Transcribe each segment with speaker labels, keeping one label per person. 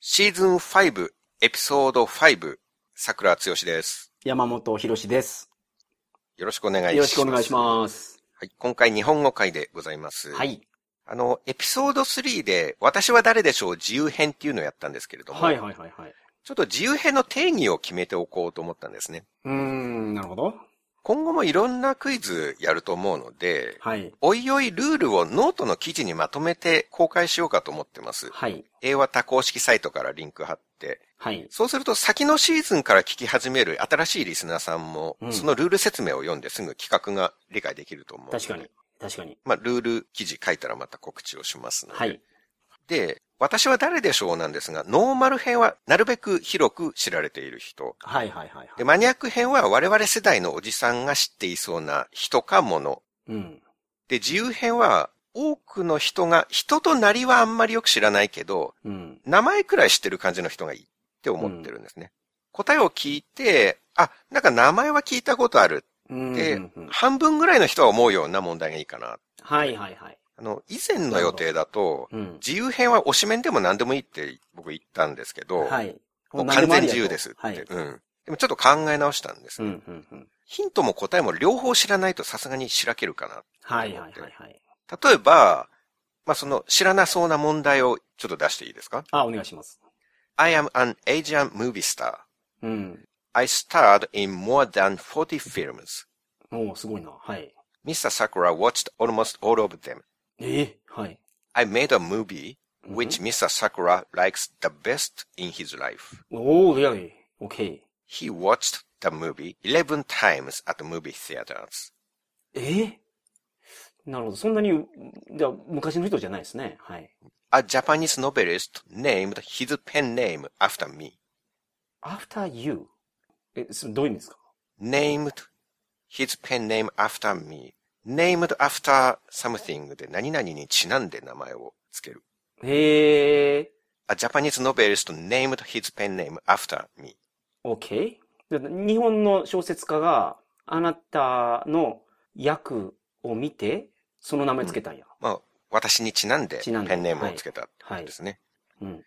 Speaker 1: シーズン5、エピソード5、桜剛です。
Speaker 2: 山本博史です。
Speaker 1: よろしくお願いします。
Speaker 2: よろしくお願いします。
Speaker 1: はい、今回日本語会でございます。
Speaker 2: は。い。
Speaker 1: あの、エピソード3で、私は誰でしょう自由編っていうのをやったんですけれども、
Speaker 2: はいはいはいはい。
Speaker 1: ちょっと自由編の定義を決めておこうと思ったんですね。
Speaker 2: うーん、なるほど。
Speaker 1: 今後もいろんなクイズやると思うので、
Speaker 2: はい。
Speaker 1: おいおいルールをノートの記事にまとめて公開しようかと思ってます。
Speaker 2: はい。
Speaker 1: 英和多公式サイトからリンク貼って、
Speaker 2: はい。
Speaker 1: そうすると先のシーズンから聞き始める新しいリスナーさんも
Speaker 2: う、ん
Speaker 1: そのルール説明を読んですぐ企画が理解できると思うので。
Speaker 2: 確かに。確かに。
Speaker 1: まあ、ルール記事書いたらまた告知をしますので。
Speaker 2: はい。
Speaker 1: で、私は誰でしょうなんですが、ノーマル編はなるべく広く知られている人。
Speaker 2: はいはいはいは
Speaker 1: で、
Speaker 2: い。
Speaker 1: マニアック編は我々世代のおじさんが知っていそうな人かもの。
Speaker 2: うん。
Speaker 1: で、自由編は多くの人が、人となりはあんまりよく知らないけど、
Speaker 2: うん。
Speaker 1: 名前くらい知ってる感じの人がいいって思ってるんですね。答えを聞いて、あ、なんか名前は聞いたことある。
Speaker 2: うん。
Speaker 1: で
Speaker 2: うんうん
Speaker 1: 半分ぐらいの人は思うような問題がいいかな。
Speaker 2: はいはいはい。
Speaker 1: あの、以前の予定だと、
Speaker 2: うん。
Speaker 1: 自由編は推し面でも何でもいいって僕言ったんですけど、
Speaker 2: はい。
Speaker 1: もう完全自由ですって、
Speaker 2: はい。う
Speaker 1: うん。でもちょっと考え直したんです、
Speaker 2: んうんうん。
Speaker 1: ヒントも答えも両方知らないとさすがにしらけるかな。
Speaker 2: はいはいはいはい。
Speaker 1: 例えば、まあ、その知らなそうな問題をちょっと出していいですか
Speaker 2: あ、お願いします。
Speaker 1: ?I am an Asian movie star.
Speaker 2: うん。
Speaker 1: I starred in more than 40 films.
Speaker 2: おー、すごいな。はい。
Speaker 1: Mr. Sakura watched almost all of them.
Speaker 2: ええはい。
Speaker 1: I made a movie
Speaker 2: Mm-hmm.
Speaker 1: which Mr. Sakura likes the best in his life.
Speaker 2: おー、リアリー。OK。
Speaker 1: He watched the movie 11 times at movie theaters.
Speaker 2: ええなるほど。そんなに、じゃあ昔の人じゃないですね。はい。
Speaker 1: A Japanese novelist named his pen name after me.
Speaker 2: after you? え、そどういう意味ですか
Speaker 1: Named his pen name after me. Named after something で何々にちなんで名前をつける。
Speaker 2: へえ
Speaker 1: A Japanese novelist named his pen name after me.
Speaker 2: ー、OK? で日本の小説家があなたの役を見て、その名前つけたんや。
Speaker 1: まあ、私にちなんで
Speaker 2: ちなんで
Speaker 1: ペンネームをつけた
Speaker 2: は
Speaker 1: ん
Speaker 2: い
Speaker 1: で。すね。
Speaker 2: うん、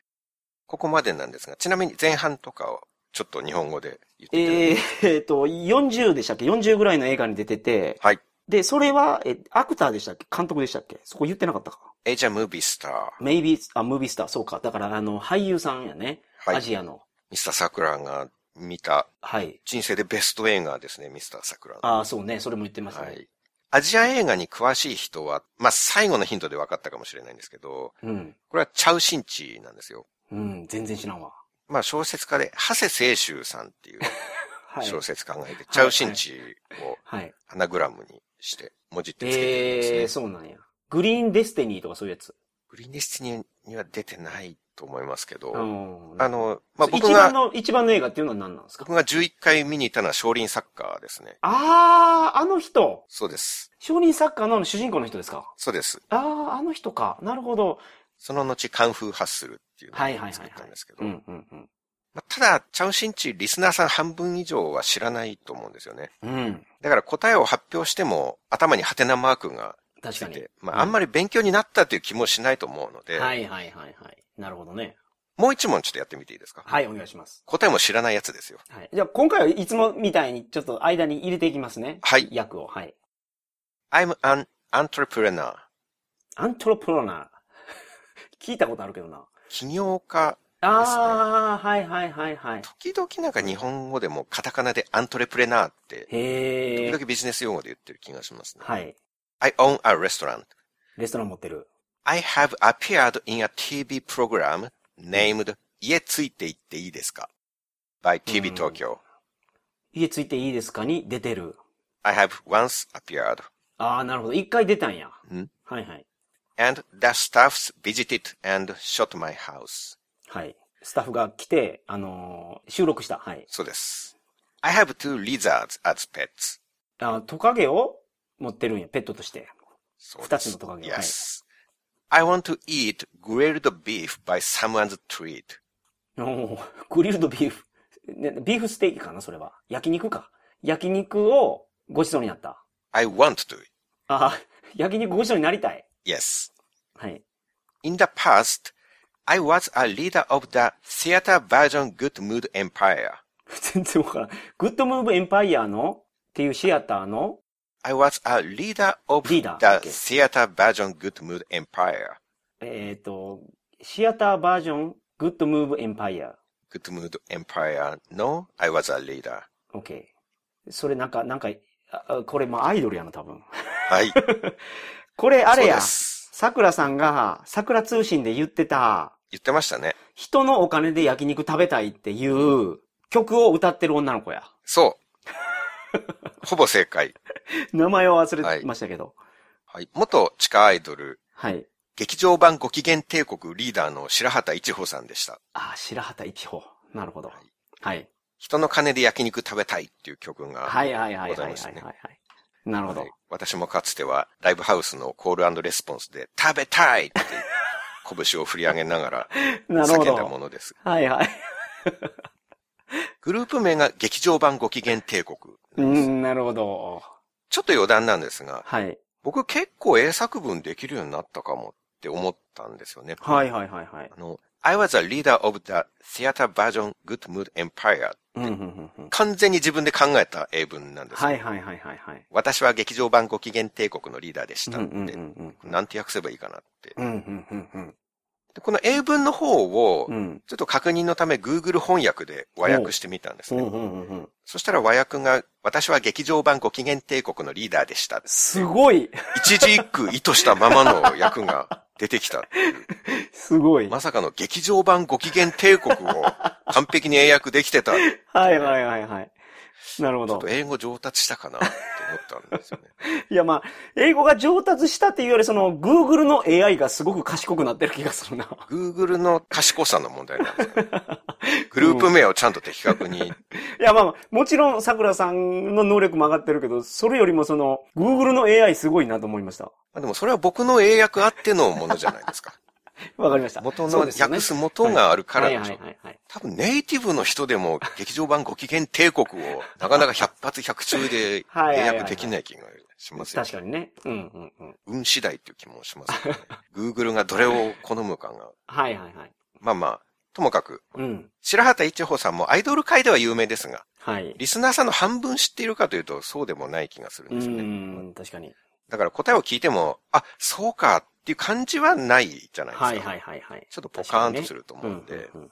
Speaker 1: ここまでなんですが、ちなみに前半とかをちょっと日本語で言っていただいて。
Speaker 2: えー、えっと、40でしたっけ ?40 ぐらいの映画に出てて、
Speaker 1: はい。
Speaker 2: で、それは、え、アクターでしたっけ監督でしたっけそこ言ってなかったか
Speaker 1: エジャムービースター。
Speaker 2: ?Maybe, あ、ムービースター、そうか。だから、あの、俳優さんやね。
Speaker 1: はい
Speaker 2: アジアの。
Speaker 1: ミスターサクラが見た
Speaker 2: はい。
Speaker 1: 人生でベスト映画ですね、ミスターサクラの。
Speaker 2: ああ、そうね。それも言ってますね。
Speaker 1: はい。アジア映画に詳しい人は、まあ、最後のヒントで分かったかもしれないんですけど、
Speaker 2: うん。
Speaker 1: これはチャウシンチなんですよ。
Speaker 2: うん、全然知らんわ。
Speaker 1: まあ、小説家で、長谷清舟さんっていう
Speaker 2: はい。
Speaker 1: 小説考えて、チャウシンチを
Speaker 2: はい。
Speaker 1: アナグラムにして、文字ってつけてるんですね。
Speaker 2: ええー、そうなんや。グリーンデスティニーとかそういうやつ。
Speaker 1: グリーンデスティニーには出てないと思いますけど、
Speaker 2: うん
Speaker 1: あ、の、まあ、
Speaker 2: 一
Speaker 1: 僕
Speaker 2: 番
Speaker 1: が、
Speaker 2: の、一番の映画っていうのは何なんですか
Speaker 1: 僕が11回見に行ったのは少林サッカーですね。
Speaker 2: あー、あの人。
Speaker 1: そうです。
Speaker 2: 少林サッカーの主人公の人ですか
Speaker 1: そうです。
Speaker 2: あー、あの人か。なるほど。
Speaker 1: その後、カンフーハッスルっていう
Speaker 2: はいはい
Speaker 1: の
Speaker 2: はいは
Speaker 1: を
Speaker 2: い
Speaker 1: 作ったんですけど、
Speaker 2: うんうんうん。
Speaker 1: まあ、ただ、チャンシンチリスナーさん半分以上は知らないと思うんですよね。
Speaker 2: うん。
Speaker 1: だから答えを発表しても、頭にハテナマークが
Speaker 2: 確
Speaker 1: つ
Speaker 2: か
Speaker 1: い
Speaker 2: に。
Speaker 1: て、まあ、あんまり勉強になったという気もしないと思うので、
Speaker 2: はいはいはいはい。なるほどね。
Speaker 1: もう一問ちょっとやってみていいですか
Speaker 2: はい、お願いします。
Speaker 1: 答えも知らないやつですよ。
Speaker 2: はい。じゃあ、今回はいつもみたいに、ちょっと間に入れていきますね。
Speaker 1: はい
Speaker 2: 役を。はい。
Speaker 1: I'm an entrepreneur.
Speaker 2: アントロプロナー。 聞いたことあるけどな。
Speaker 1: 起業家
Speaker 2: あー、はいはいはいはい。
Speaker 1: 時々なんか日本語でもカタカナでアントレプレナーって、
Speaker 2: へ
Speaker 1: 時
Speaker 2: ー。
Speaker 1: 々ビジネス用語で言ってる気がしますね。
Speaker 2: はい。
Speaker 1: I own a restaurant.I
Speaker 2: レストラン持ってる。
Speaker 1: have appeared in a TV program named 家ついて行っていいですか by TV
Speaker 2: うん
Speaker 1: Tokyo.I
Speaker 2: 家ついていいですかに出てる。
Speaker 1: have once appeared
Speaker 2: ああ、なるほど。一回出たんや。
Speaker 1: うん
Speaker 2: はいはい。
Speaker 1: and the staffs visited and shot my house.
Speaker 2: はい。スタッフが来て、あのー収録した。はい。
Speaker 1: そうです。I have two lizards as pets.
Speaker 2: あートカゲを持ってるんや。ペットとして。
Speaker 1: そう
Speaker 2: 二
Speaker 1: で
Speaker 2: つ
Speaker 1: す
Speaker 2: のトカゲを。
Speaker 1: Yes. I want to eat grilled beef by someone's treat.
Speaker 2: はい。おーグリルドビーフ、ね。ビーフステーキかなそれは。焼肉か。焼肉をごちそうになった。
Speaker 1: I want to.
Speaker 2: ああ、焼肉ごちそうになりたい。
Speaker 1: Yes.
Speaker 2: はい。
Speaker 1: In the past, I was a leader of the theater version Good Mood Empire.
Speaker 2: 全然わからん。グッドムーブエンパイアのっていうシアターの
Speaker 1: I was a leader of
Speaker 2: Leader,
Speaker 1: the
Speaker 2: okay.
Speaker 1: theater version Good Mood Empire.
Speaker 2: えっ、と、シアターバージョン、グッドムーブエンパイア。
Speaker 1: Good Mood Empire の I was a leader.
Speaker 2: OK。それなんか、なんか、ああこれまあアイドルやな、多分。
Speaker 1: はい。
Speaker 2: これあれ
Speaker 1: そうで
Speaker 2: や。
Speaker 1: す
Speaker 2: さくらさんが、さくら通信で言ってた、
Speaker 1: 言ってましたね。
Speaker 2: 人のお金で焼肉食べたいっていう曲を歌ってる女の子や。
Speaker 1: そう。ほぼ正解。
Speaker 2: 名前を忘れてましたけど。
Speaker 1: はい。元地下アイドル、
Speaker 2: はい。
Speaker 1: 劇場版ご機嫌帝国リーダーの白畑一穂さんでした。
Speaker 2: ああ、白畑一歩。なるほど
Speaker 1: はい。
Speaker 2: はい。
Speaker 1: 人の金で焼肉食べたいっていう曲が、
Speaker 2: はいはいはいはい
Speaker 1: ござ
Speaker 2: はいい、
Speaker 1: ました
Speaker 2: はい
Speaker 1: ね
Speaker 2: はい。なるほど
Speaker 1: はい。私もかつてはライブハウスのコールレスポンスで食べたいって拳を振り上げながら
Speaker 2: なる
Speaker 1: 叫
Speaker 2: ほ
Speaker 1: んだも
Speaker 2: ど。
Speaker 1: のです。
Speaker 2: はいはい。
Speaker 1: グループ名が劇場版ご機嫌帝国。
Speaker 2: うん、なるほど。
Speaker 1: ちょっと余談なんですが、
Speaker 2: はい。
Speaker 1: 僕結構英作文できるようになったかもって思ったんですよね。
Speaker 2: はいはいはいはい
Speaker 1: あ。の、I was a leader of the theater version Good Mood Empire
Speaker 2: うん、うん、うんうん。
Speaker 1: 完全に自分で考えた英文なんですよ、
Speaker 2: はいはいはいはいはい。
Speaker 1: 私は劇場版ご機嫌帝国のリーダーでし
Speaker 2: うん
Speaker 1: た
Speaker 2: う
Speaker 1: っ
Speaker 2: ん
Speaker 1: て、
Speaker 2: うんうん。
Speaker 1: なんて訳せばいいかなって。
Speaker 2: うんうんうんうん。
Speaker 1: でこの英文の方を
Speaker 2: う、ん。
Speaker 1: ちょっと確認のため Google 翻訳で和訳してみたんです
Speaker 2: うん
Speaker 1: ね。
Speaker 2: うんうんうん。
Speaker 1: そしたら和訳が、私は劇場版ご機嫌帝国のリーダーでした。
Speaker 2: すごい
Speaker 1: 一字一句意図したままの訳が出てき た。
Speaker 2: すごい。
Speaker 1: まさかの劇場版ご機嫌帝国を完璧に英訳できてた。ち
Speaker 2: はいはいはいはい。なるほ
Speaker 1: ょっ
Speaker 2: ど
Speaker 1: と。英語上達したかなって思ったんですよね。
Speaker 2: いやまあ、英語が上達したっていうより、その、Google の AI がすごく賢くなってる気がするな。
Speaker 1: Google の賢さの問題なんですかね。グループ名をちゃんと的確に。
Speaker 2: いやまあまあ、もちろん桜さんの能力も上がってるけど、それよりもその、Google の AI すごいなと思いました。
Speaker 1: まあでもそれは僕の英訳あってのものじゃないですか。
Speaker 2: わかりました。
Speaker 1: 元の
Speaker 2: そうですよね
Speaker 1: 訳す元があるからでしょ
Speaker 2: はいはいはいはい。
Speaker 1: 多分ネイティブの人でも劇場版ご機嫌帝国をなかな か百発百中で英
Speaker 2: はいはいはいはい
Speaker 1: 訳できない気がしますよ。
Speaker 2: 確かにね。うんうんうん。
Speaker 1: 運次第っていう気もしますよね。Google がどれを好むかが。
Speaker 2: はいはいはい。
Speaker 1: まあまあ、ともかく、
Speaker 2: うん。
Speaker 1: 白畑一穂さんもアイドル界では有名ですが、
Speaker 2: はい。
Speaker 1: リスナーさんの半分知っているかというとそうでもない気がするん
Speaker 2: う
Speaker 1: ですよね。
Speaker 2: ん、確かに。
Speaker 1: だから答えを聞いても、あ、そうかっていう感じはないじゃないですか。
Speaker 2: はいはいはいはい。
Speaker 1: ちょっとポカーンとすると思
Speaker 2: う
Speaker 1: うん
Speaker 2: ん
Speaker 1: で。
Speaker 2: うんうん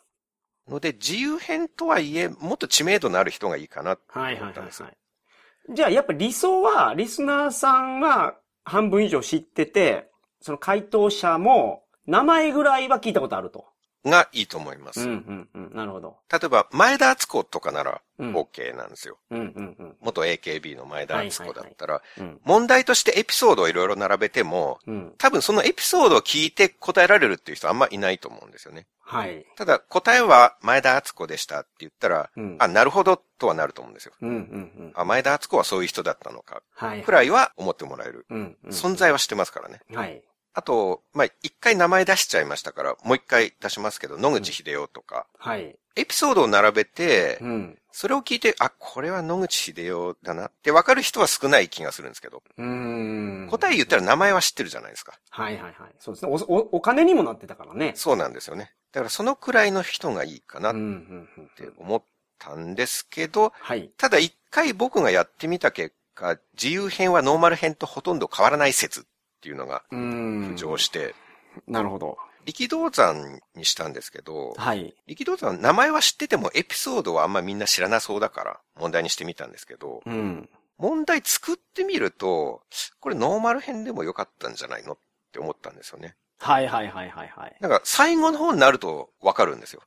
Speaker 1: ので、自由編とはいえ、もっと知名度のある人がいいかなって
Speaker 2: はい
Speaker 1: 思
Speaker 2: は
Speaker 1: っ
Speaker 2: いはい
Speaker 1: たん
Speaker 2: は
Speaker 1: ですよ。
Speaker 2: い。じゃあやっぱ理想は、リスナーさんは半分以上知ってて、その回答者も名前ぐらいは聞いたことあると。
Speaker 1: がいいと思いま
Speaker 2: うん
Speaker 1: す。
Speaker 2: うんうん。なるほど。
Speaker 1: 例えば、前田敦子とかなら
Speaker 2: うん。
Speaker 1: OK なんですよ。
Speaker 2: うんうんうん。
Speaker 1: 元 AKB の前田敦子だったら、
Speaker 2: うん。
Speaker 1: 問題としてエピソードをいろいろ並べても、
Speaker 2: うん。
Speaker 1: 多分そのエピソードを聞いて答えられるっていう人あんまいないと思うんですよね。
Speaker 2: はい。
Speaker 1: ただ、答えは前田敦子でしたって言ったら、
Speaker 2: うん。
Speaker 1: あ、なるほどとはなると思うんですよ。
Speaker 2: うんうんうん。
Speaker 1: あ、前田敦子はそういう人だったのか、
Speaker 2: はい。
Speaker 1: くらいは思ってもらえる。
Speaker 2: うんうん。
Speaker 1: 存在は知ってますからね。
Speaker 2: はい。
Speaker 1: あと、まあ、一回名前出しちゃいましたから、もう一回出しますけど、野口秀夫とか、
Speaker 2: はい。
Speaker 1: エピソードを並べて
Speaker 2: う、ん。
Speaker 1: それを聞いて、あ、これは野口秀夫だなって分かる人は少ない気がするんですけど、
Speaker 2: うーん。
Speaker 1: 答え言ったら名前は知ってるじゃないですか。
Speaker 2: はいはいはい。そうですね。お、お、お金にもなってたからね。
Speaker 1: そうなんですよね。だからそのくらいの人がいいかな
Speaker 2: う
Speaker 1: っ
Speaker 2: んうんうん
Speaker 1: て思ったんですけど、
Speaker 2: はい。
Speaker 1: ただ一回僕がやってみた結果、自由編はノーマル編とほとんど変わらない説っていうのが
Speaker 2: うーん。
Speaker 1: 浮上して、
Speaker 2: なるほど。
Speaker 1: 力道山にしたんですけど、
Speaker 2: はい。
Speaker 1: 力道山、名前は知っててもエピソードはあんまみんな知らなそうだから問題にしてみたんですけど、
Speaker 2: うん。
Speaker 1: 問題作ってみると、これノーマル編でもよかったんじゃないのって思ったんですよね。
Speaker 2: はいはいはいはいはい。
Speaker 1: なんか最後の方になるとわかるんですよ。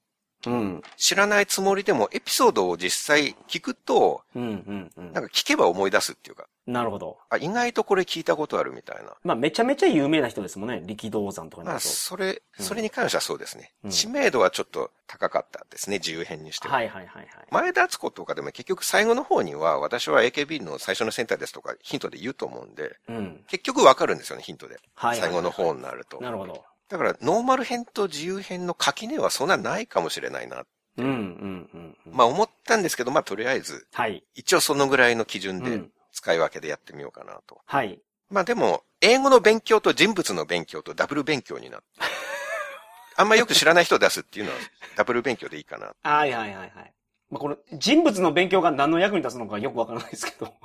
Speaker 2: うん。
Speaker 1: 知らないつもりでもエピソードを実際聞くと、
Speaker 2: うんうんうん
Speaker 1: なんか聞けば思い出すっていうか、
Speaker 2: なるほど。
Speaker 1: あ、意外とこれ聞いたことあるみたいな。
Speaker 2: まあめちゃめちゃ有名な人ですもんね。力道山とかに
Speaker 1: ま
Speaker 2: な
Speaker 1: あ、
Speaker 2: ると。
Speaker 1: それ、
Speaker 2: うん
Speaker 1: それに関してはそうですね。
Speaker 2: うん
Speaker 1: 知名度はちょっと高かったですね、自由編にしても。
Speaker 2: はいはいはいはい。
Speaker 1: 前田敦子とかでも結局最後の方には、私は AKB の最初のセンターですとかヒントで言うと思うんで、
Speaker 2: うん。
Speaker 1: 結局わかるんですよね、ヒントで。
Speaker 2: はい。
Speaker 1: 最後の。方になると。
Speaker 2: なるほど。
Speaker 1: だから、ノーマル編と自由編の垣根はそんなないかもしれないな。
Speaker 2: うんうんうんうん。
Speaker 1: まあ思ったんですけど、まあとりあえず、
Speaker 2: はい。
Speaker 1: 一応そのぐらいの基準
Speaker 2: う
Speaker 1: で
Speaker 2: ん。
Speaker 1: 使い分けでやってみようかなと。
Speaker 2: はい。
Speaker 1: まあでも、英語の勉強と人物の勉強とダブル勉強になっあんまよく知らない人を出すっていうのは、ダブル勉強でいいかな。
Speaker 2: はいはいはいはい。まあ、この人物の勉強が何の役に立つのかよくわからないですけど。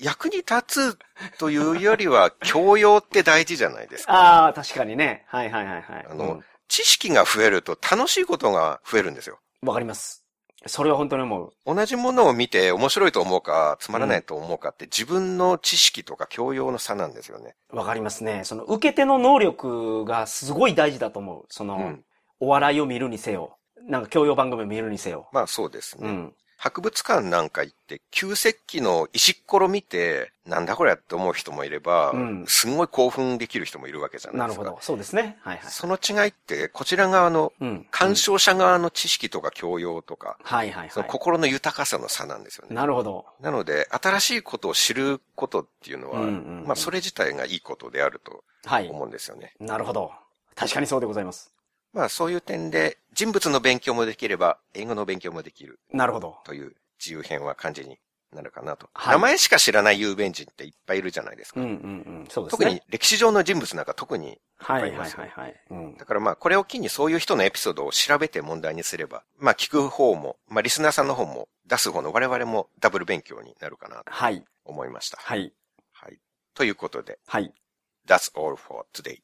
Speaker 1: 役に立つというよりは、教養って大事じゃないですか。
Speaker 2: ああ、確かにね。はいはいはいはい。
Speaker 1: あの知識が増えると楽しいことが増えるんですよ。
Speaker 2: うんわかります。それは本当に思う。
Speaker 1: 同じものを見て面白いと思うか、つまらないと思うかって自分の知識とか教養の差なんですよね。
Speaker 2: わかりますね。その受け手の能力がすごい大事だと思う。その、
Speaker 1: うん。
Speaker 2: お笑いを見るにせよ。なんか教養番組を見るにせよ。
Speaker 1: まあそうですね。
Speaker 2: うん。
Speaker 1: 博物館なんか行って、旧石器の石っころ見て、なんだこれって思う人もいれば、
Speaker 2: うん
Speaker 1: すんごい興奮できる人もいるわけじゃな
Speaker 2: ない
Speaker 1: で
Speaker 2: る
Speaker 1: す
Speaker 2: ほ
Speaker 1: か。
Speaker 2: ど。そうですね。はいはい。
Speaker 1: その違いって、こちら側の、
Speaker 2: うん。
Speaker 1: 鑑賞者側の知識とか教養とか、
Speaker 2: はいはい
Speaker 1: そ
Speaker 2: は
Speaker 1: の心の豊かさの差なんですよ
Speaker 2: い。
Speaker 1: ね。
Speaker 2: なるほど。
Speaker 1: なので、新しいことを知ることっていうのは、
Speaker 2: うんうんうん
Speaker 1: まあそれ自体がいいことであると
Speaker 2: はい。
Speaker 1: 思うんですよね。
Speaker 2: なるほど。確かにそうでございます。
Speaker 1: まあそういう点で、人物の勉強もできれば、英語の勉強もできる
Speaker 2: なるほど。
Speaker 1: という自由編は感じになるかなと。
Speaker 2: はい
Speaker 1: 名前しか知らない有名人っていっぱいいるじゃないですか。
Speaker 2: うんうんうん。そうです
Speaker 1: 特
Speaker 2: ね。
Speaker 1: に、歴史上の人物なんか特に、
Speaker 2: は
Speaker 1: わ
Speaker 2: いは
Speaker 1: かり
Speaker 2: いは
Speaker 1: ま
Speaker 2: い
Speaker 1: すよ
Speaker 2: はい。うん
Speaker 1: だからまあこれを機にそういう人のエピソードを調べて問題にすれば、まあ聞く方も、まあリスナーさんの方も出す方の我々もダブル勉強になるかなと
Speaker 2: はい。
Speaker 1: 思いました。
Speaker 2: はい。
Speaker 1: はい。ということで、
Speaker 2: はい。
Speaker 1: That's all for today.